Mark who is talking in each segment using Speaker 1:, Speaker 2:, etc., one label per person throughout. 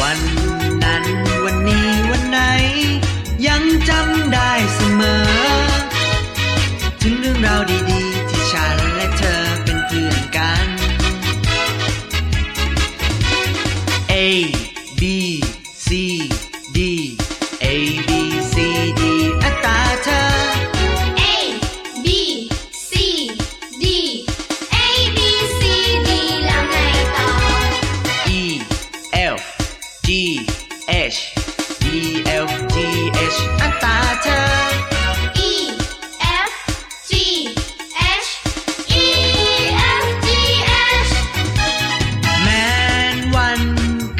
Speaker 1: วันนั้นวันนี้วันไหน ยังจำได้เสมอ ถึงเรื่องราวดีๆ ที่ฉันและเธอเป็นเพื่อนกัน A B C D A B C D อัตราเธอ
Speaker 2: A B C D A B C D แล้วไงต่อ
Speaker 1: E F G H E F G H อัตราเธอ
Speaker 2: E F G H E F G H
Speaker 1: แม้นวัน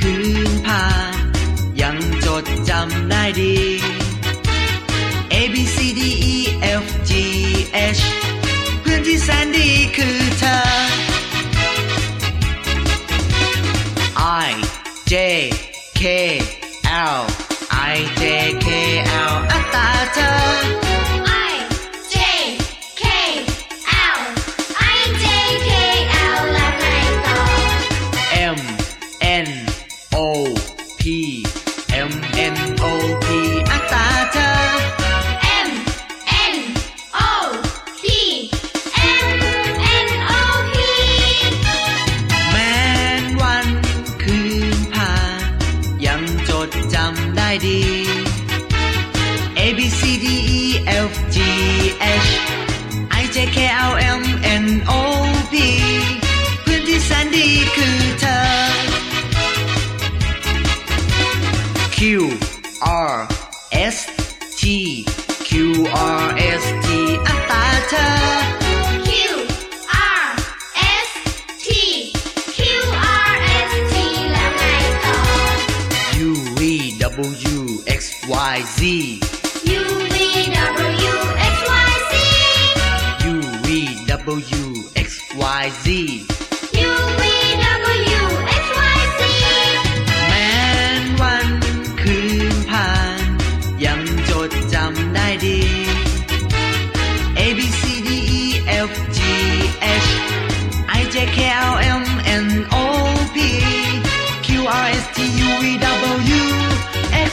Speaker 1: คืนผ่านยังจดจำได้ดี A B C D E F G H เพื่อนที่แสนดีคือเธอ I J K L I J K L อัตราเธอ
Speaker 2: I J K L I J K L แล้วไงต่อ
Speaker 1: M N O P M N O P อัตราเธอ
Speaker 2: M N O P M N O P
Speaker 1: แม้นวันคืนผ่านยังจดจำได้ดี A B C D E F G H I J K L M N O P เพื่อนที่แสนดีคือเธอ Q R S T Q R S T อัตราเธอ
Speaker 2: Q R S T Q R S T แล้วไงต่อ
Speaker 1: U V W X Y Z
Speaker 2: U V W X Y Z
Speaker 1: U V W X Y Z
Speaker 2: U V W X Y Z
Speaker 1: แม้นวันคืนผ่าน ยังจดจำได้ดี A B C D E F G H I J K L M N O P Q R S T U V W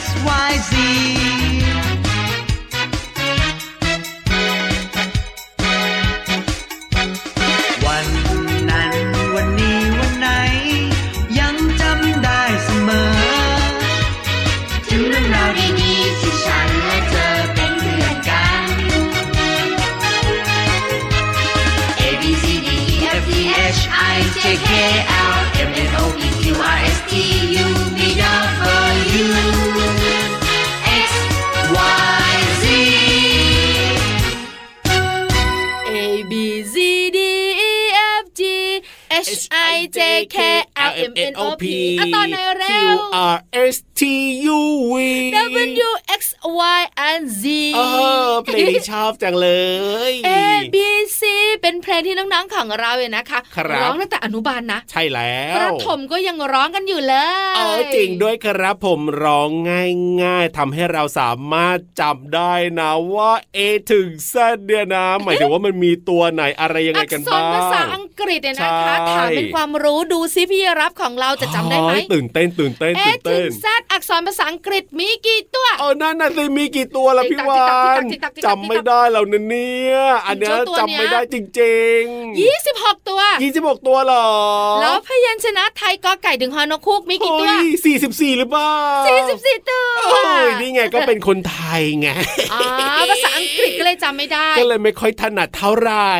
Speaker 1: X Y Z วันนั้นวันนี้วันไหน ยังจำได้เสมอ
Speaker 2: ถึงเรื่องราวดีๆที่ฉันและเธอเป็นเพื่อนกัน
Speaker 1: A B C D E F G H I J K L M N O P Q R S T U V W X Y Z
Speaker 3: A B Z D E F G H I J K L M N O P อ่ะต่อหน่อยเร็
Speaker 4: Q
Speaker 3: ว
Speaker 4: R S T U V
Speaker 3: W X Y and Z
Speaker 4: เออเพลงนี้ชอบจังเลย
Speaker 3: A B C เป็นเพลงที่น้องๆของเราเนี่ยนะคะ
Speaker 4: ครับ
Speaker 3: ร้องตั้งแต่อนุบาลนะ
Speaker 4: ใช่แล้
Speaker 3: ประ
Speaker 4: ว
Speaker 3: ถมก็ยังร้องกันอยู่เลย
Speaker 4: เออจริงด้วยครับผมร้องง่ายๆทำให้เราสามารถจำได้นะว่า A ถึง Z เนี่ยนะ หมายถึงว่ามันมีตัวไหนอะไรยังไงกันบ้าง
Speaker 3: อักษรภาษาอังกฤษเนี่ยนะคะ
Speaker 4: ใช่
Speaker 3: ถามเป็นความรู้ดูซิพี่รับของเราจะจำได้ไหม
Speaker 4: โอ้ยตื่นเต้นตื่นเต้น
Speaker 3: เอ
Speaker 4: ตื่น
Speaker 3: ถึ
Speaker 4: เต้
Speaker 3: ง
Speaker 4: น
Speaker 3: แซดอักษรภาษาอังกฤษมีกี่ตัว
Speaker 4: เออนั่นน่ะสิมีกี่ตัวละ
Speaker 3: ติ๊
Speaker 4: พี่
Speaker 3: กตัก
Speaker 4: วาน
Speaker 3: ติ๊กตักติ๊กตักติ๊กตัก
Speaker 4: จำไม่ได้แล้วนะเนี่ยอันเนี้ย
Speaker 3: เจ้าตัวเนี้ย
Speaker 4: จำไม่ได้จริงๆ
Speaker 3: 26 ตัว
Speaker 4: ยี่สิบหกตัวเหรอ
Speaker 3: แล้วพยัญชนะไทยกอไก่ถึงฮอนกคูกมีกี่ตัว
Speaker 4: สี่สิบสี่หรือเปล่า
Speaker 3: 44 ตัว
Speaker 4: โอ้ยนี่ไงก็เป็นคนไทยไง
Speaker 3: อ๋อภาษาอังกฤษก็เลยจำไม่ได้
Speaker 4: ก็เลยไม่ค่อยถนัดเท่าไหร่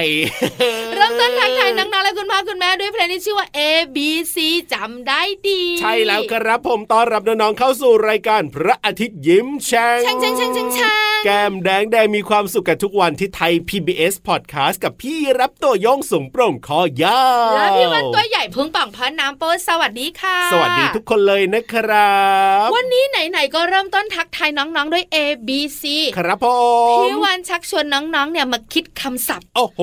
Speaker 3: เรา ริ่มต้นทักทายน้องๆและคุณพ่อคุณแม่ด้วยเพลงที่ชื่อว่า A B C จำได้ดี
Speaker 4: ใช่แล้วครับผมต้อนรับน้องๆเข้าสู่รายการพระอาทิตย์ยิ้มแฉ่ง
Speaker 3: ช่างช่างช่างช่างช่าง
Speaker 4: แก้มแดงแดงมีความสุขกันทุกวันที่ไทย PBS Podcast กับพี่รับตัวโยงสูงโปร่งคอยาว
Speaker 3: แล้วพี่วันตัวใหญ่พุงป่องพอน้ำโปสวัสดีค่ะ
Speaker 4: สวัสดีทุกคนเลยนะครับ
Speaker 3: วันนี้ไหนๆก็เริ่มต้นทักทายน้องๆด้วย A B C
Speaker 4: ครับผม
Speaker 3: พี่วันชักชวนน้องๆเนี่ยมาคิดคำศัพท์
Speaker 4: โอ้โห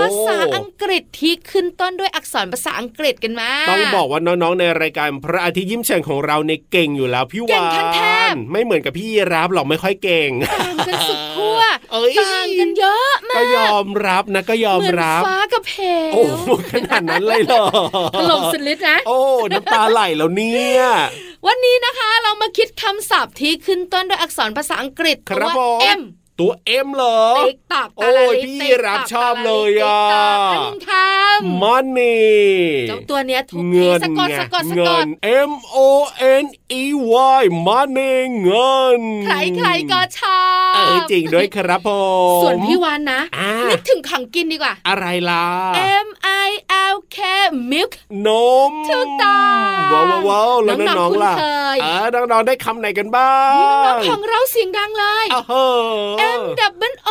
Speaker 3: ภาษาอังกฤษที่ขึ้นต้นด้วยอักษรภาษาอังกฤษกันมา
Speaker 4: ต้องบอกว่าน้องๆ ในรายการพระอาทิตย์ยิ้มแฉ่งของเราในยเก่งอยู่แล้วพี่
Speaker 3: เก่
Speaker 4: วาง
Speaker 3: ขั้นแทบ
Speaker 4: นไม่เหมือนกับพี่รับหรอกไม่ค่อยเก่ง
Speaker 3: ต่างกันสุดขั้ว
Speaker 4: เอ้ย
Speaker 3: ต่างกันเยอะมา
Speaker 4: ก็
Speaker 3: ก
Speaker 4: ยอมรับนะก็ยอม
Speaker 3: เหมือน
Speaker 4: รับ
Speaker 3: ฟ้ากับเพล
Speaker 4: โอ้โหขนาดนั้นเลยเหรอ
Speaker 3: ถล่มสุดฤทธิ์นะ
Speaker 4: โอ้น้ำตาไหลแล้วเนี่ย
Speaker 3: วันนี้นะคะเรามาคิดคำศัพท์ที่ขึ้นต้นด้วยอักษรภาษาอังกฤษ
Speaker 4: ครับ
Speaker 3: ว่า
Speaker 4: ผม
Speaker 3: M
Speaker 4: ตัวเอ็มเหรอ
Speaker 3: ติ๊กตอก
Speaker 4: โอ้ยพี่รับชอบเลยอ่ะ
Speaker 3: ติ๊กตอกอัน
Speaker 4: มันนี่
Speaker 3: ทำเจ้าตัวเนี้ยทุกที
Speaker 4: เงิน
Speaker 3: สะกด
Speaker 4: ไง
Speaker 3: สะกดสะก
Speaker 4: เงิ
Speaker 3: ด
Speaker 4: น M O N E Y มันนี่เงิน
Speaker 3: ใครๆก็ชอ
Speaker 4: เอบ อจริงด้วยครับผม
Speaker 3: ส่วนพี่วานนะ
Speaker 4: อ่านึ
Speaker 3: นึกถึงของกินดีกว่า
Speaker 4: อะไรล่ะ
Speaker 3: M I L K milk
Speaker 4: นม
Speaker 3: ถูกต้อง
Speaker 4: ว้าวว้าวแล้ว
Speaker 3: น้องๆ
Speaker 4: น้องๆล่ะ
Speaker 3: คุ้นเคย
Speaker 4: อ่าน้องๆได้คำไหนกันบ้า
Speaker 3: นี่น้อง
Speaker 4: ง
Speaker 3: ๆของเราเสียงดังเลย
Speaker 4: อ้าวเหอะ
Speaker 3: M W O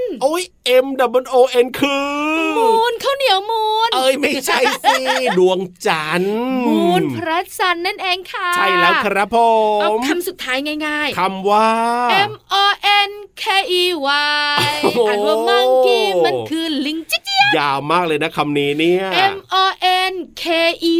Speaker 3: N
Speaker 4: โอ้ย M W O N คือ
Speaker 3: มูนข้าวเหนียวมูน
Speaker 4: เอ้ยไม่ใช่สิ ดวงจันทร์
Speaker 3: มูนพระจันทร์นั่นเองค่ะ
Speaker 4: ใช่แล้วครับผ
Speaker 3: เอา
Speaker 4: ม
Speaker 3: คำสุดท้ายง่าย
Speaker 4: คำว่า
Speaker 3: ๆ M O N K E Y
Speaker 4: โอ้โห
Speaker 3: อ่านว่ามังกี้มันคือลิงจิ๊กเจี๊ยบ
Speaker 4: ยาวมากเลยนะคำนี้เนี่ย
Speaker 3: M O N K E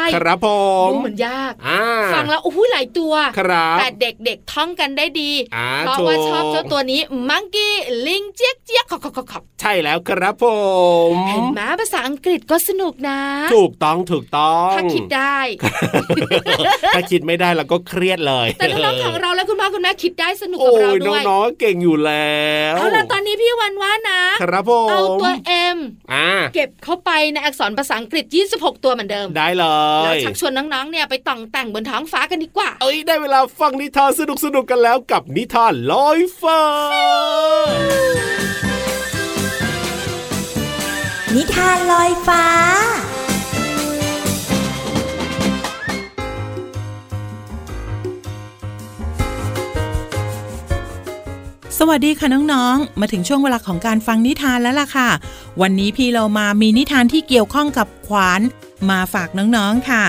Speaker 3: Y
Speaker 4: ครับผ
Speaker 3: ดู
Speaker 4: ม
Speaker 3: เหมือนยาก
Speaker 4: อ่า
Speaker 3: ฟังแล้วโอ้ยหลายตัว
Speaker 4: ครับ
Speaker 3: แต่เด็กๆท่องกันได้ดี
Speaker 4: อ่า
Speaker 3: เพราะว่า
Speaker 4: ถูก
Speaker 3: ชอบเจ้าตัวนี้มังกี้ลิงเจี๊ยกเจี๊ยกขอบขอบขอบขอบ
Speaker 4: ใช่แล้วครับผม
Speaker 3: เห็นไหมภาษาอังกฤษก็สนุกนะ
Speaker 4: ถูกต้องถูกต้อง
Speaker 3: ถ้าคิดได้
Speaker 4: ถ้าคิดไม่ได้เราก็เครียดเลย
Speaker 3: แต่น้องๆของเราและคุณพ่อคุณแม่คิดได้สนุก
Speaker 4: โอ้
Speaker 3: กับเรา
Speaker 4: ย
Speaker 3: ด้วย
Speaker 4: น้องๆเก่งอยู่แล้ว
Speaker 3: เอาล่ะตอนนี้พี่วันว่านะ
Speaker 4: ครับผม
Speaker 3: เอาตัว M
Speaker 4: อ่า
Speaker 3: เก็บเข้าไปในอักษรภาษาอังกฤษ 26 ตัวเหมือนเดิม
Speaker 4: ได้เล
Speaker 3: แล้ว
Speaker 4: ย
Speaker 3: ชักชวนน้องๆเนี่ยไปต่องแต่งบนท้องฟ้ากันดีกว่า
Speaker 4: เอ้ยได้เวลาฟังนิทานสนุกๆกันแล้วกับนิทานลอยฟ้า
Speaker 5: นิทานลอยฟ้า
Speaker 6: สวัสดีค่ะน้องๆ มาถึงช่วงเวลาของการฟังนิทานแล้วล่ะค่ะ วันนี้พี่เรามามีนิทานที่เกี่ยวข้องกับขวานมาฝากน้องๆค่ะ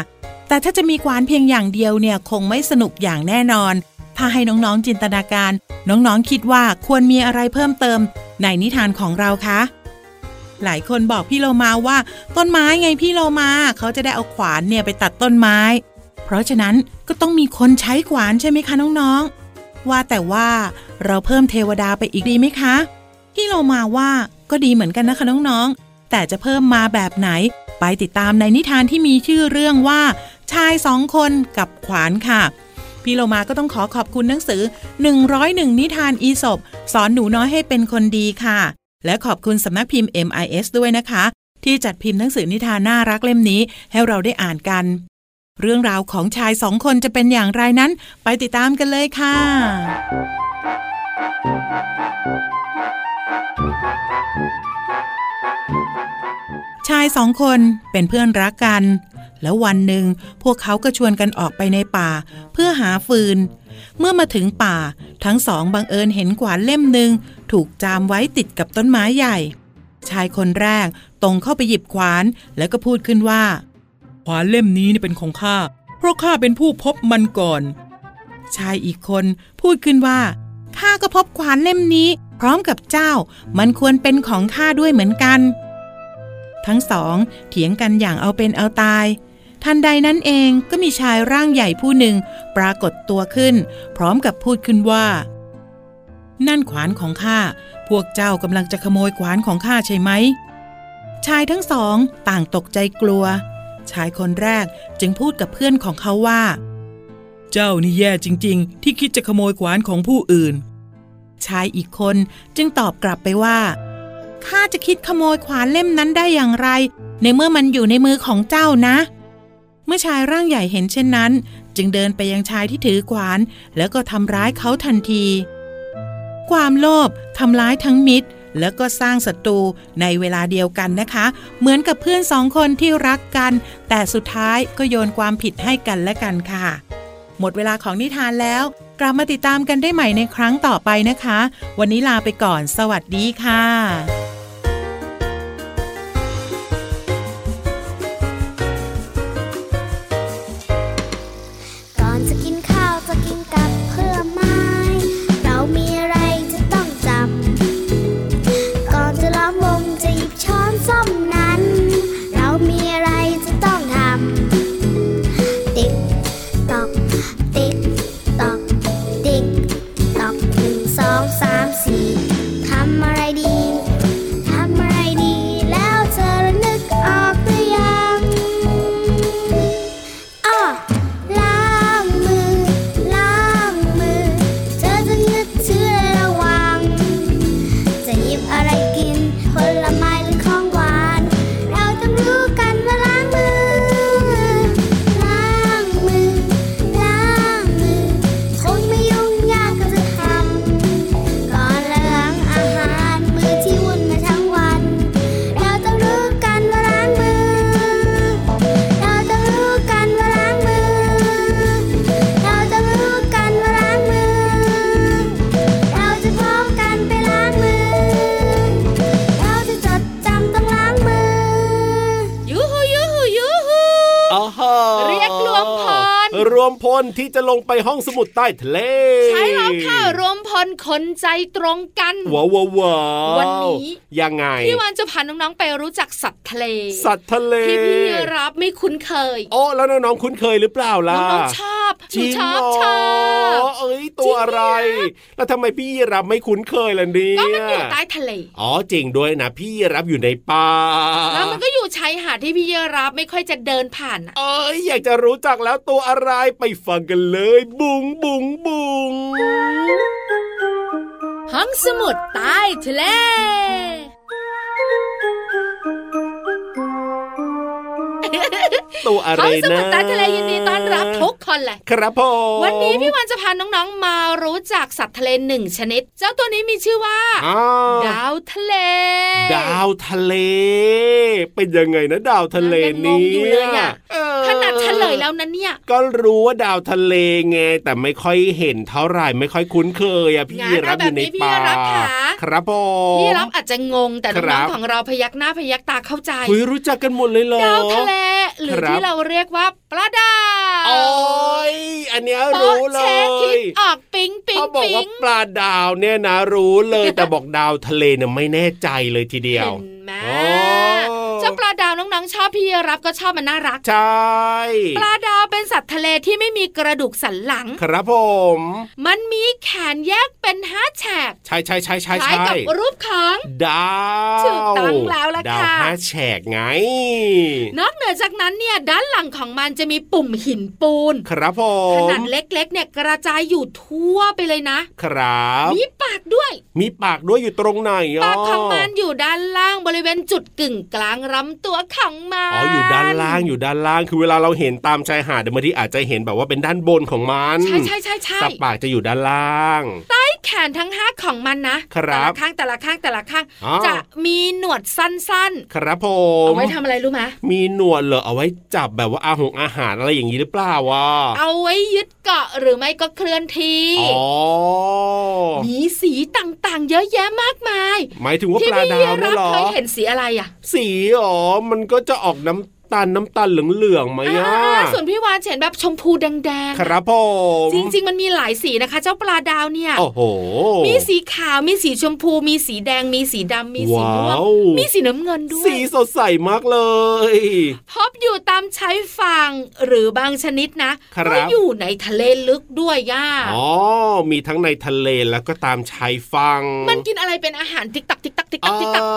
Speaker 6: แต่ถ้าจะมีขวานเพียงอย่างเดียวเนี่ยคงไม่สนุกอย่างแน่นอน ถ้าให้น้องๆจินตนาการ น้องๆคิดว่าควรมีอะไรเพิ่มเติมในนิทานของเราคะ หลายคนบอกพี่เรามาว่าต้นไม้ไงพี่เรามาเขาจะได้เอาขวานเนี่ยไปตัดต้นไม้ เพราะฉะนั้นก็ต้องมีคนใช้ขวานใช่ไหมคะน้องๆ ว่าแต่ว่าเราเพิ่มเทวดาไปอีกดีไหมคะ พี่เรามาว่าก็ดีเหมือนกันนะคะน้องๆ แต่จะเพิ่มมาแบบไหน ไปติดตามในนิทานที่มีชื่อเรื่องว่า ชายสองคนกับขวานค่ะ พี่เรามาก็ต้องขอขอบคุณหนังสือ 101 นิทานอีสบสอนหนูน้อยให้เป็นคนดีค่ะ และขอบคุณสำนักพิมพ์ MIS ด้วยนะคะ ที่จัดพิมพ์หนังสือนิทานน่ารักเล่มนี้ให้เราได้อ่านกัน เรื่องราวของชายสองคนจะเป็นอย่างไรนั้น ไปติดตามกันเลยค่ะ ชายสองคนเป็นเพื่อนรักกัน แล้ววันหนึ่งพวกเขาก็ชวนกันออกไปในป่า เพื่อหาฟืน เมื่อมาถึงป่า ทั้งสองบังเอิญเห็นขวานเล่มหนึ่งถูกจามไว้ติดกับต้นไม้ใหญ่ ชายคนแรกตรงเข้าไปหยิบขวานแล้วก็พูดขึ้นว่า ขวานเล่มนี้นี่เป็นของข้า เพราะข้าเป็นผู้พบมันก่อน ชายอีกคนพูดขึ้นว่าข้าก็พบขวานเล่มนี้ พร้อมกับเจ้า มันควรเป็นของข้าด้วยเหมือนกัน ทั้งสองเถียงกันอย่างเอาเป็นเอาตาย ทันใดนั้นเองก็มีชายร่างใหญ่ผู้หนึ่งปรากฏตัวขึ้น พร้อมกับพูดขึ้นว่า นั่นขวานของข้า พวกเจ้ากำลังจะขโมยขวานของข้าใช่ไหม ชายทั้งสองต่างตกใจกลัว ชายคนแรกจึงพูดกับเพื่อนของเขาว่า เจ้านี่แย่จริง ๆ ที่คิดจะขโมยขวานของผู้อื่น ชายอีกคนจึงตอบกลับไปว่า ข้าจะคิดขโมยขวานเล่มนั้นได้อย่างไร ในเมื่อมันอยู่ในมือของเจ้านะ เมื่อชายร่างใหญ่เห็นเช่นนั้น จึงเดินไปยังชายที่ถือขวาน แล้วก็ทำร้ายเขาทันที ความโลภทำร้ายทั้งมิตร แล้วก็สร้างศัตรูในเวลาเดียวกันนะคะ เหมือนกับเพื่อนสองคนที่รักกัน แต่สุดท้ายก็โยนความผิดให้กันและกันค่ะ หมดเวลาของนิทานแล้ว กลับมาติดตามกันได้ใหม่ในครั้งต่อไปนะคะ วันนี้ลาไปก่อน สวัสดีค่ะ
Speaker 7: ก่อนจะกินข้าวจะกินกับเพื่อไม้ เรามีอะไรจะต้องจำ ก่อนจะล้อมวงจะหยิบช้อนส้อมนั้น เรามีอะไรจะต้องทำ ติ๊กตอก ติ๊กตอก ติ๊กตอกหนึ่งสองสามสี่ทำอะไรดี ทำอะไรดี แล้วเธอระนึกออกหรือยัง อ้อล้างมือ ล้างมือ เธอจะนึกเชื่อระวัง จะหยิบอะไรกิน ผลไม้หรือของหวาน เราต้องรู้กันว่าล้างมือ ล้างมือ ล้างมือ คงไม่ยุ่งยากก็จะทำ ก่อนละล้างอาหารมือที่วุ่นมาทั้งวัน เราต้องรู้กันว่าล้างมือ เราต้องรู้กันว่าล้างมือ เราต้องรู้กันว่าล้างมือ เราจะพร้อมกันไปล้างมือ เราจะจดจำต้องล้างมือ
Speaker 3: ยูฮูยูฮูยูฮู
Speaker 4: อ๋อฮะ
Speaker 3: เรียกรวมพล
Speaker 4: รวมพลที่จะลงไปห้องสมุดใต้ทะเล
Speaker 3: ใช้แล้วค่ะรวมพลคนใจตรงกัน
Speaker 4: ว้าวว้าวว้าว
Speaker 3: วันนี้
Speaker 4: ยังไง
Speaker 3: พี่วานจะพาน้องๆไปรู้จักสัตว์ทะเล
Speaker 4: สัตว์ทะเล
Speaker 3: ที่พี่รับไม่คุ้นเคย
Speaker 4: โอ้แล้วน้องๆคุ้นเคยหรือเปล่าล่ะ
Speaker 3: น้องๆชอบห
Speaker 4: จ
Speaker 3: นู
Speaker 4: ริง
Speaker 3: ชอบ
Speaker 4: เหร
Speaker 3: ช
Speaker 4: อ
Speaker 3: อบ
Speaker 4: เอ้ยตัวอะไร แล้วทำไมพี่รับไม่คุ้นเคยล่ะเนี่ย
Speaker 3: ก็มันอยู่ใต้ทะเล
Speaker 4: อ๋อจริงด้วยนะพี่รับอยู่ในป่า
Speaker 3: แล้วมันก็อยู่ชายหาดที่พี่เยรับไม่ค่อยจะเดินผ่านอะ
Speaker 4: เอ้ยอยากจะรู้จักแล้วตัวอะไรไปฟังกันเลย บุงบุงบุง
Speaker 3: ห้องสมุดใต้ทะเล
Speaker 4: ตัวอะไร
Speaker 3: ห้องสมุด
Speaker 4: นะ
Speaker 3: ใต้ทะเลยินดีต้อนรับทุกคนเลย
Speaker 4: ครับผม
Speaker 3: วันนี้พี่วันจะพาน้องๆมารู้จักสัตว์ทะเลหนึ่งชนิด เจ้าตัวนี้มีชื่อว่า
Speaker 4: อ้าว
Speaker 3: ดาวทะเล
Speaker 4: ดาวทะเล เป็นยังไงนะดาวทะเล
Speaker 3: ยังงง
Speaker 4: นี้
Speaker 3: อยู่เลยอะขนาดเฉลย
Speaker 4: ว
Speaker 3: แล้วนะเนี่ย
Speaker 4: ก็รู้ว่าดาวทะเลไงแต่ไม่ค่อยเห็นเท่าไหร่ไม่ค่อยคุ้นเคยอะพี่ยีรับอยู่ในป่าครับผม
Speaker 3: พี่รับอาจจะงงแต่
Speaker 4: ครั
Speaker 3: น้อง
Speaker 4: บ
Speaker 3: ๆของเราพยักหน้าพยักตาเข้าใจ
Speaker 4: คุยรู้จักกันหมดเลยเหรอ
Speaker 3: ดาวทะเลหรือ
Speaker 4: ครับ
Speaker 3: ที่เราเรียกว่าปลาดาว
Speaker 4: โอ้ยอันเนี้ย
Speaker 3: โป๊ะ
Speaker 4: รู้เล
Speaker 3: เช็คคิ
Speaker 4: ย
Speaker 3: ดออกปิ๊งปิ๊ง
Speaker 4: เขาบอก
Speaker 3: ปิ๊
Speaker 4: ว่าง ปลาดาวเนี่ยนะรู้เลย แต่บอกดาวทะเลเนี่ยไม่แน่ใจเลยทีเดียว
Speaker 3: เห็นไหม
Speaker 4: โอ้
Speaker 3: เจ้าปลาดาวน้องๆชอบพี่รับก็ชอบมันน่ารัก
Speaker 4: ใช่
Speaker 3: ปลาดาวเป็นสัตว์ทะเลที่ไม่มีกระดูกสันหลัง
Speaker 4: ครับผม
Speaker 3: มันมีแขนแยกเป็นห้าแฉก
Speaker 4: ใช่ใช่ใช่
Speaker 3: ค
Speaker 4: ใช่
Speaker 3: ล้าย
Speaker 4: ใช่
Speaker 3: กับรูปของ
Speaker 4: ดาว
Speaker 3: ถูกต้องแล้วล่ะ
Speaker 4: ดาว
Speaker 3: ค่ะ
Speaker 4: ห้าแฉกไง
Speaker 3: นอกเหนือจากนั้นเนี่ยด้านหลังของมันจะมีปุ่มหินปูน
Speaker 4: ครับผ
Speaker 3: ข
Speaker 4: ม
Speaker 3: นาดเล็กๆ เนี่ยกระจายอยู่ทั่วไปเลยนะ
Speaker 4: ครับ
Speaker 3: มีปากด้วย
Speaker 4: มีปากด้วยอยู่ตรงไหน
Speaker 3: ปากของมันอยู่ด้านล่างบริเวณจุดกึ่งกลางลำตัวของมัน
Speaker 4: อ๋ออยู่ด้านล่างอยู่ด้านล่างคือเวลาเราเห็นตามชายหาดเดี๋ยวบางทีอาจจะเห็นแบบว่าเป็นด้านบนของมัน
Speaker 3: ใช่ใช่ใช่ใช่
Speaker 4: แต่ปากจะอยู่ด้านล่าง
Speaker 3: ไอ้แขนทั้งห้าของมันนะครับ แต่ละข้างแต่ละข้างแต่ละข้าง
Speaker 4: อ๋อ
Speaker 3: จะมีหนวดสั้น
Speaker 4: ครับผ
Speaker 3: ๆเอา
Speaker 4: ม
Speaker 3: ไว้ทำอะไรรู้ไหม
Speaker 4: มีหนวดเหรอเอาไว้จับแบบว่าอาหงอาหารอะไรอย่างนี้หรือเปล่าวะ
Speaker 3: เอาไว้ยึดเกาะหรือไม่ก็เคลื่อนที่
Speaker 4: อ๋อ
Speaker 3: มีสีต่างๆ เยอะแยะมากมาย
Speaker 4: หมายถึงว่า
Speaker 3: ที่
Speaker 4: ปลา
Speaker 3: พี่
Speaker 4: ดา
Speaker 3: เยว รั
Speaker 4: เนี่ย
Speaker 3: บ
Speaker 4: เหรอ
Speaker 3: เคยเห็นสีอะไรอ่ะ
Speaker 4: สีอ๋อมันก็จะออกน้ำตาลน้ำตาลเหลืองๆไหมอ่ะ
Speaker 3: อ่าส่วนพี่วานเห็นแบบชมพูแดงๆ
Speaker 4: ครับผม
Speaker 3: จริง ๆ มันมีหลายสีนะคะ เจ้าปลาดาวเนี่ย
Speaker 4: โอ้โห
Speaker 3: มีสีขาว มีสีชมพู มีสีแดง มีสีดำ มีสีม่วง
Speaker 4: ว้าว
Speaker 3: มีสีน้ำเงินด้ว
Speaker 4: สี
Speaker 3: ย
Speaker 4: สดใสมากเลย
Speaker 3: พบอยู่ตามชายฝั่งหรือบางชนิดนะครับ ก็อยู่ในทะเลลึกด้วยย่า
Speaker 4: อ๋อ มีทั้งในทะเลแล้วก็ตามชายฝั่ง
Speaker 3: มันกินอะไรเป็นอาหารติ๊กตักติ๊กตักติ๊ก
Speaker 4: เอ
Speaker 3: ตักติ๊กตัก
Speaker 4: อ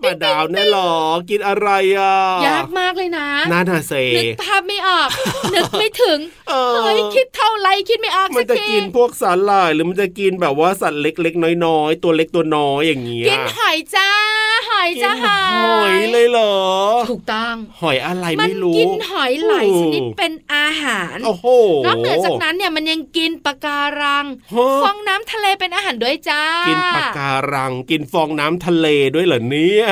Speaker 4: ปลาดาวเนี่ยเหรอ กินอะไรอ่ะ
Speaker 3: ยากมากเลยนะ
Speaker 4: น่าหนาเซ
Speaker 3: นึกภาพไม่ออก นึกไม่ถึง
Speaker 4: เออ
Speaker 3: เฮ้ยคิดเท่าไรคิดไม่ออก
Speaker 4: มั
Speaker 3: สั
Speaker 4: น
Speaker 3: ก
Speaker 4: จะ
Speaker 3: ที
Speaker 4: กินพวกสาหร่ายหรือมันจะกินแบบว่าสัตว์เล็กๆ น้อยๆ ตัวเล็กตัวน้อยอย่างเงี้ย
Speaker 3: กินหอยจ้า ห อยจะหา
Speaker 4: หอยเลยเหรอ
Speaker 3: ถูกต้อง
Speaker 4: หอยอะไร
Speaker 3: มั
Speaker 4: ไม่รู้
Speaker 3: กินหอยหลายชนิดเป็นอาหาร
Speaker 4: โอ้โห
Speaker 3: นอกเหนือจากนั้นเนี่ยมันยังกินปลาการัง
Speaker 4: ฮะ
Speaker 3: ฟองน้ำทะเลเป็นอาหารด้วยจ้า
Speaker 4: กิ
Speaker 3: กิ
Speaker 4: นปะการังกินฟองน้ำทะเลด้วยเหรอเนี่ย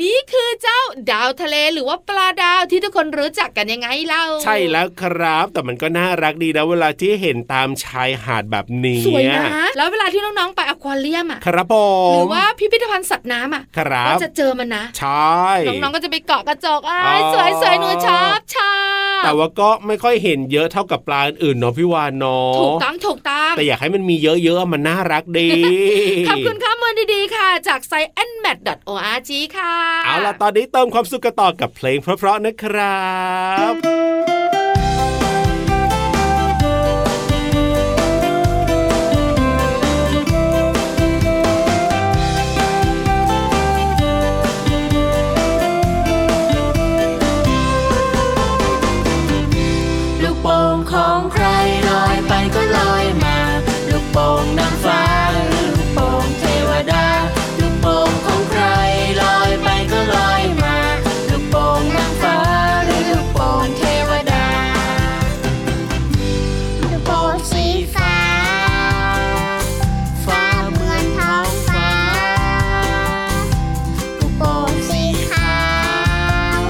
Speaker 3: นี่คือเจ้าดาวทะเลหรือว่าปลาดาวที่ทุกคนรู้จักกันยังไงเล่า
Speaker 4: ใช่แล้วครับ แต่มันก็น่ารักดีนะเวลาที่เห็นตามชายหาดแบบนี้
Speaker 3: สวยนะ แล้วเวลาที่น้องๆไปอควาเรียมอ่ะ
Speaker 4: ครับผ
Speaker 3: หรื
Speaker 4: ม
Speaker 3: อว่าพิพิธภัณฑ์สัตว์น้ำอ่ะ
Speaker 4: ครั
Speaker 3: ก็
Speaker 4: บ
Speaker 3: จะเจอมันนะ
Speaker 4: ใช่
Speaker 3: น้องๆก็จะไปเกาะกระจกอ้า
Speaker 4: อ๋
Speaker 3: ย
Speaker 4: อ
Speaker 3: สวยสวยหนูชอบชอ
Speaker 4: แต่
Speaker 3: บ
Speaker 4: ว่าก็ไม่ค่อยเห็นเยอะเท่ากับปลาอื่นๆเนาะพี่วานเนาะ
Speaker 3: ถูกต้องถูกต้อง
Speaker 4: แต่อยากให้มันมีเยอะๆมันน่ารักดี
Speaker 3: ขอบคุณข้อมูลดีๆค่ะ จาก s c i e n m a t o r g ค่ะ
Speaker 4: เอาล่ะตอนนี้เติมความสุขกันต่อกับเพลงเพราะๆนะครับ
Speaker 7: ลูกโป่งของใครลอยไปก็ลอยมา ลูกโป่งนางฟ้าหรือลูกโป่งเทวดา ลูกโป่งของใครลอยไปก็ลอยมา ลูกโป่งนางฟ้าหรือลูกโป่งเทวดา ลูกโป่งสีฟ้า ฟ้าเหมือนท้องฟ้า ลูกโป่งสีขาว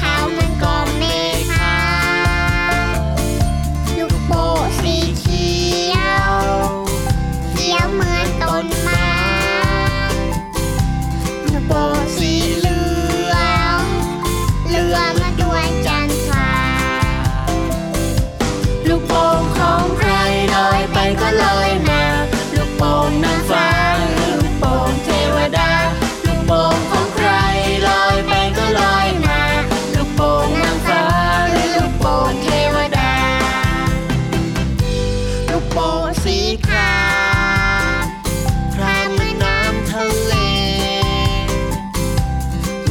Speaker 7: ขาวเหมือนกองเมฆา ลูกโป่งสีเขียว เขียวเหมือนต้นไม้ ลูกโป่งสีเหลืองเหลืองมาด้วยจันทราลูกโป่งของใครลอยไปก็ลอยมา ลูกโป่งนางฟ้าหรือลูกโป่งเทวดา ลูกโป่งของใครลอยไปก็ลอยมา ลูกโป่งนางฟ้าหรือลูกโป่งเทวดา ลูกโป่งสีขาวพรามในน้ำทะเล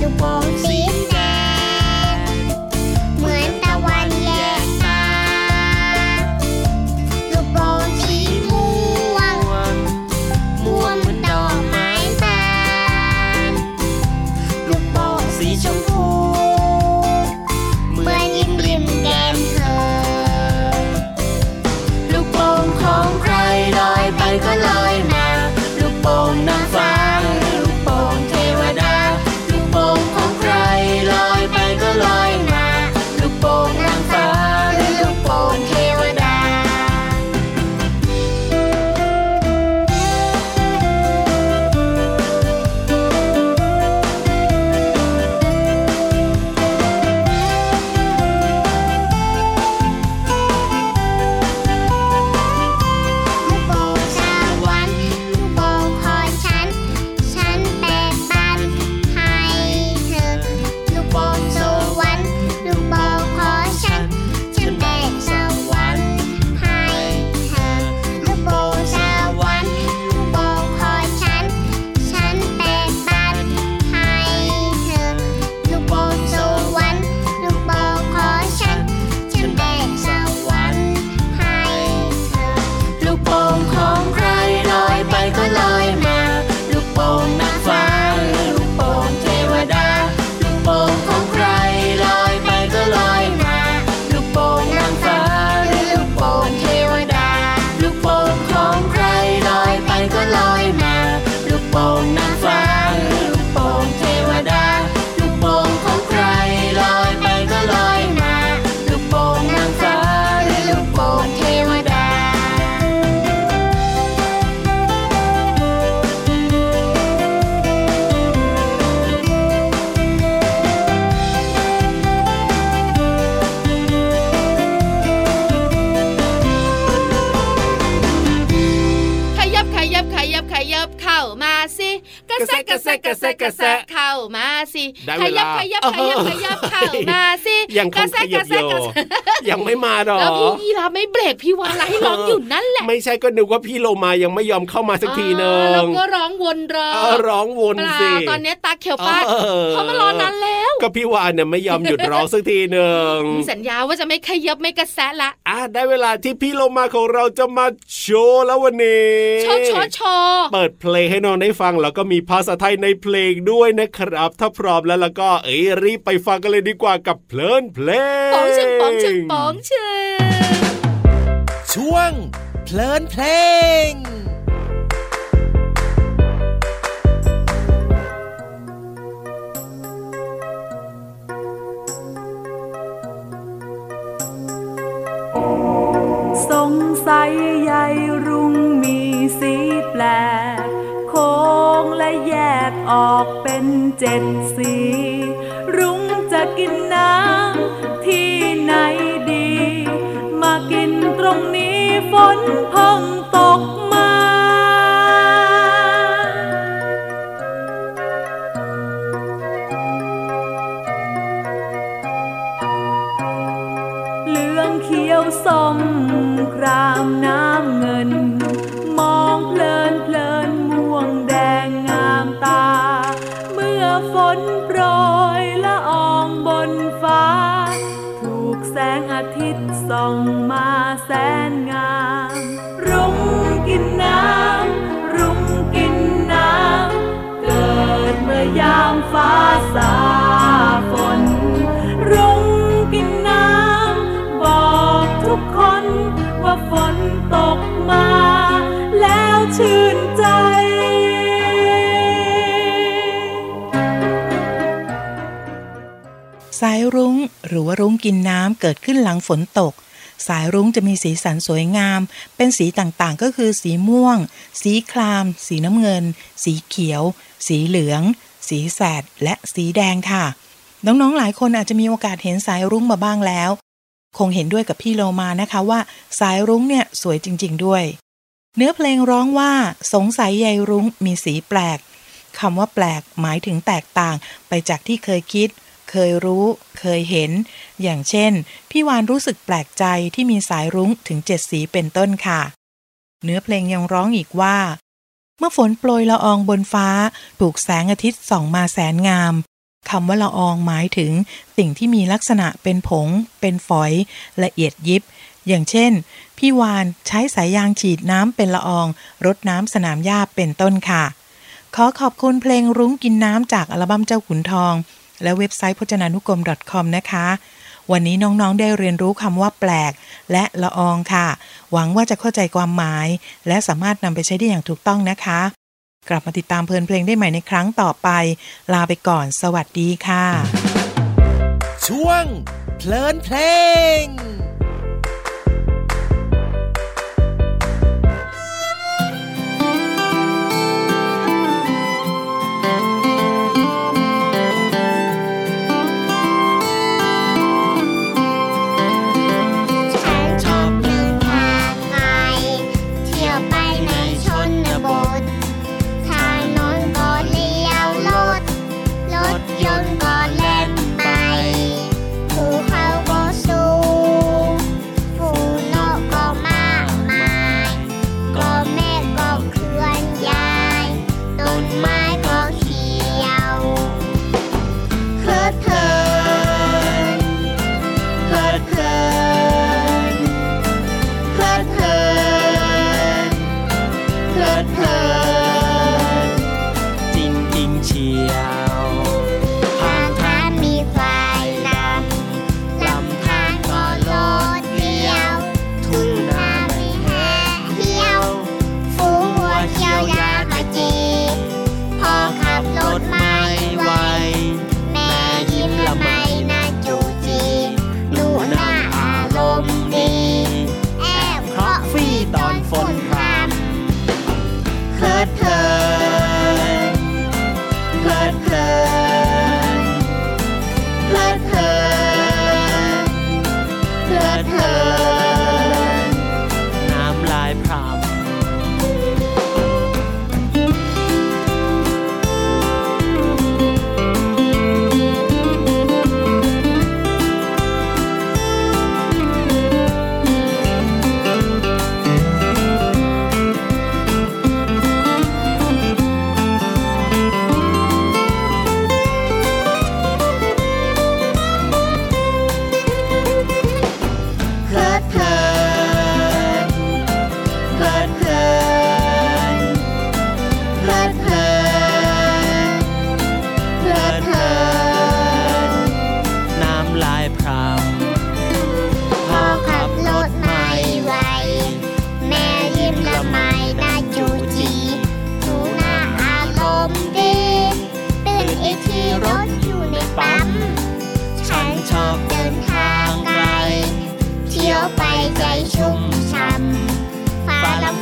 Speaker 7: ลูกโป่งสีแดง เหมือนตะวันแยกตา ลูกโป่งสีม่วงม่วงเหมือนดอกไม้บาน ลูกโป่งสีชมพู เหมือนยิ้มริมแก้มเธอ ลูกโป่งของใครลอยไปก็ลอยมา ลูกโป่งนางฟ้าหรือลูกโป่งเทวดา ลูกโป่งของใครลอยไปก็ลอยมา ลูกโป่งนางฟ้าหรือลูกโป่งเทวดา ลูกโป่งสวรรค์ลูกโป่งของฉัน ฉันแบ่งปันให้เธอ ลูกโป่งสวรรค์ลูกโป่งของฉัน ฉันแบ่งสวรรค์ให้เธอ ลูกโป่งสวรรค์ลูกโป่งของฉัน ฉันแบ่งปันให้เธอ ลูกโป่งสวรรค์ลูกโป่งของฉัน ฉันแบ่งสวรรค์ให้เธอ ลูกโป่งของใครลอยไปก็ลอยมา ลูกโป่งนางฟ้าหรือลูกโป่งเทวดา ลูกโป่งของใครลอยไปก็ลอยมา ลูกโป่งนางฟ้าหรือลูกโป่งเทวดา ลูกโป่งของใครลอยไปก็ลอยมา ลูกโป่งนางฟ้าหรือลูกโป่งเทวดา ลูกโป่งของใครลอยไปก็ลอยมา ลูกโป่งนางฟ้าหรือลูกโป่งเทวดา
Speaker 3: ขยับขยับขยับขยับเข้ามาสิกระแซกกระแซกกระแซกกระแซะเข้ามาสิ
Speaker 4: ได้
Speaker 3: ข
Speaker 4: เว
Speaker 3: ยั
Speaker 4: ลา
Speaker 3: ขยับขยับขยับเข้ามาสิ
Speaker 4: ยังคงขยับโยยังไม่มาหรอ
Speaker 3: แล้วพี่ยีราฟไม่เบรกพี่วานละให้ร้องอยู่นั่นแหละ
Speaker 4: ไม่ใช่ก็นึกว่าพี่โลมายังไม่ยอมเข้ามาสักทีนึ
Speaker 3: อ่าง แล้วก็ร้องวนรอ
Speaker 4: เออร้องว
Speaker 3: เป
Speaker 4: น
Speaker 3: ล่า
Speaker 4: สิ
Speaker 3: ตอนเนี้ยตาเขียวปาด
Speaker 4: เออ
Speaker 3: เขามารอนานแล้ว
Speaker 4: ก็พี่วานเนี่ยไม่ยอมหยุดร้องสักทีหนึ่ง
Speaker 3: สัญญาว่าจะไม่ขยับไม่กระแซะละ
Speaker 4: อ่ะได้เวลาที่พี่โลมาของเราจะมาโชว์แล้ววันนี้
Speaker 3: โชว์โชว์โชว์
Speaker 4: เปิดเพลงให้น้องได้ฟัง แล้วก็มีภาษาไทยในเพลงด้วยนะครับ ถ้าพร้อมแล้วแล้วก็เอ้ยรีบไปฟังกันเลยดีกว่ากับเพลินเพลง
Speaker 3: ป๋องชึงป๋องชึงป๋องชึง
Speaker 8: ช่วง เพลินเพลง
Speaker 9: สงสัยใยรุ่งมีสีแปลก โค้งและแยกออกเป็นเจ็ดสี รุ่งจะกินน้ำที่ไหนดี มากินตรงนี้ฝนเพิ่งตกมา เหลืองเขียวส้มครามน้ำเงิน มองเพลินเพลินม่วงแดงงามตา เมื่อฝนโปรยละอองบนฟ้า ถูกแสงอาทิตย์ส่องมาแสนงาม รุ้งกินน้ำ รุ้งกินน้ำ เกิดเมื่อยามฟ้าสาฝน รุ้งกินน้ำ บอกทุกคนว่าฝนตกมา แล้วชื่นใจ
Speaker 6: สายรุ้งหรือว่ารุ้งกินน้ำเกิดขึ้นหลังฝนตก สายรุ้งจะมีสีสันสวยงาม เป็นสีต่างๆ ก็คือสีม่วง สีคราม สีน้ำเงิน สีเขียว สีเหลือง สีแสด และสีแดงค่ะ น้องๆ หลายคนอาจจะมีโอกาสเห็นสายรุ้งมาบ้างแล้ว คงเห็นด้วยกับพี่โลมานะคะว่าสายรุ้งเนี่ยสวยจริง ๆ ด้วย เนื้อเพลงร้องว่าสงสัยใยรุ้งมีสีแปลก คำว่าแปลกหมายถึงแตกต่างไปจากที่เคยคิด เคยรู้ เคยเห็น อย่างเช่น พี่วานรู้สึกแปลกใจที่มีสายรุ้งถึงเจ็ดสีเป็นต้นค่ะ เนื้อเพลงยังร้องอีกว่า เมื่อฝนโปรยละอองบนฟ้า ถูกแสงอาทิตย์ส่องมาแสนงาม คำว่าละอองหมายถึงสิ่งที่มีลักษณะเป็นผง เป็นฝอย ละเอียดยิบ อย่างเช่น พี่วานใช้สายยางฉีดน้ำเป็นละออง รดน้ำสนามหญ้าเป็นต้นค่ะ ขอขอบคุณเพลงรุ้งกินน้ำจากอัลบั้มเจ้าขุนทอง และเว็บไซต์พจนานุกรม .com นะคะ วันนี้น้องๆได้เรียนรู้คำว่าแปลก และละอองค่ะ หวังว่าจะเข้าใจความหมาย และสามารถนำไปใช้ได้อย่างถูกต้องนะคะ กลับมาติดตามเพลินเพลงได้ใหม่ในครั้งต่อไป ลาไปก่อน สวัสดีค่ะ
Speaker 8: ช่วง เพลินเพลง
Speaker 7: ฉันชอบเดินทางไกลเที่ยวไปในชนบท ทางโน้นก็เลี้ยวรถ รถยนต์ก็เล่นไปภูเขาก็สูงฝูงนกก็มากมาย ก็แม่ก็เคลื่อนย้าย ต้นไม้ก็เขียวเพลิดเพลิน เพลิดเพลินเพลิดเพลินเพลิดเพลิน
Speaker 1: จริงจริงๆเชียว
Speaker 7: ทางทางมีไฟนำลำธารก็โลดเดียว ทุ่งนาไม่แห้เหี่ยว ฝูงวัวเขียวยาขจีพอขับร
Speaker 1: ร
Speaker 7: ถ
Speaker 1: ถ
Speaker 7: ไม่ไห
Speaker 1: ไม่ไห
Speaker 7: ว
Speaker 1: ว
Speaker 7: แม่ยิ้มละไมน่าจูจีดูหน้าอารมณ์ดี แอบเคาะฟรีตอนฝนพรำเพลิดเพลินเพลิดเพลิน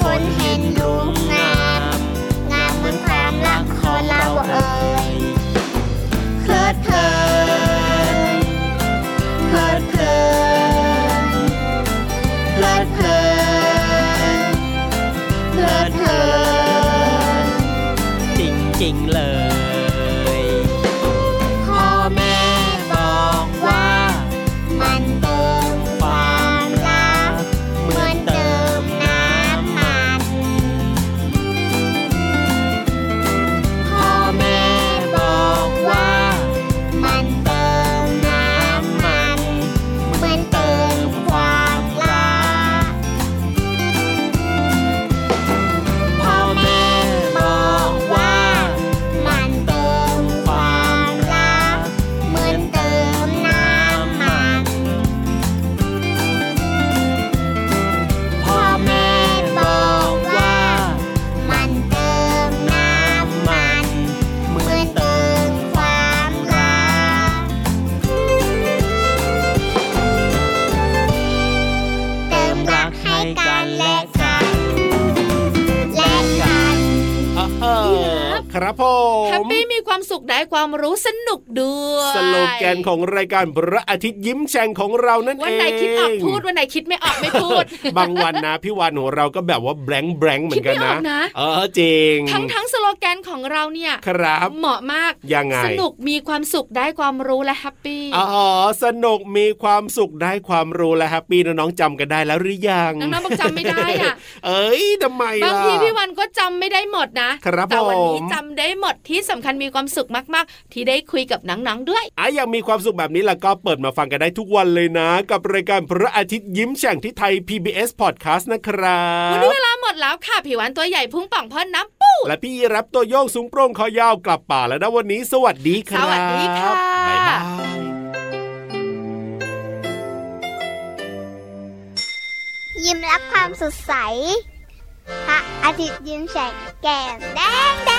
Speaker 7: คนเห็นลูกงาม งามเหมือนความรักของเราเอ่ยเพลิดเพลินเพลิดเพลินเพลิดเพลินเพลิดเพลิน
Speaker 10: จริงๆเลย
Speaker 7: พ่อแม่บอกว่า มันเติมความรักเหมือนเติมน้ำมัน พ่อแม่บอกว่า มันเติมน้ำมันเหมือนเติมความรัก พ่อแม่บอกว่า มันเติมความรักเหมือนเติมน้ำมัน พ่อแม่บอกว่า มันเติมน้ำมันเหมือนเติมความรัก เติมรักให้กันและกัน และกัน
Speaker 4: อ่าครับผม
Speaker 3: แฮปปี้มีความสุขได้ความรู้สนุกด้วย
Speaker 4: สโลแกนของรายการพระอาทิตย์ยิ้มแฉ่งของเรานั่นเอง
Speaker 3: วันไหนคิดออกพูดวันไหนคิดไม่ออกไม่พูด
Speaker 4: บางวันนะพี่วานของเราก็แบบว่าแบงค์แบงค์เหมือนกัน
Speaker 3: คิดไม่ออกนะ
Speaker 4: เออจริง
Speaker 3: ทั้งทั้งสโลแกนของเราเนี่ย
Speaker 4: ครับ
Speaker 3: เหมาะมาก
Speaker 4: ยังไง
Speaker 3: สนุกมีความสุขได้ความรู้และแฮปปี้
Speaker 4: อ๋อสนุกมีความสุขได้ความรู้และแฮปปี้น้องๆจำกันได้แล้วหรือยัง
Speaker 3: น้องๆบอกจำไม่ได้อ่ะ
Speaker 4: เอ้ยทำไม
Speaker 3: บาง
Speaker 4: ล่ะ
Speaker 3: ทีพี่วันก็จำไม่ได้หมดนะครับ แต่วันี้
Speaker 4: ผม
Speaker 3: จำได้หมดที่สำคัญมีความสุขมาก ๆ ที่ได้คุยกับหนังๆด้วย
Speaker 4: อ่ะยังมีความสุขแบบนี้แล้วก็เปิดมาฟังกันได้ทุกวันเลยนะ กับรายการพระอาทิตย์ยิ้มแฉ่งที่ไทย PBS Podcast นะครั
Speaker 3: วัน
Speaker 4: บ
Speaker 3: นี้เวลาหมดแล้วค่ะผิววันตัวใหญ่พุ่งป่องพ่นน้ำปู
Speaker 4: และพี่รับตัวโยงสูงโปร่งคอยาวกลับป่าแล้วนะวันนี้ สวัสดีค
Speaker 3: ส
Speaker 4: รับ
Speaker 3: วัสดีค่ะ
Speaker 7: ยิ้มรับความสดใส พระอาทิตย์ยิ้มแฉกแก้มแดงแดง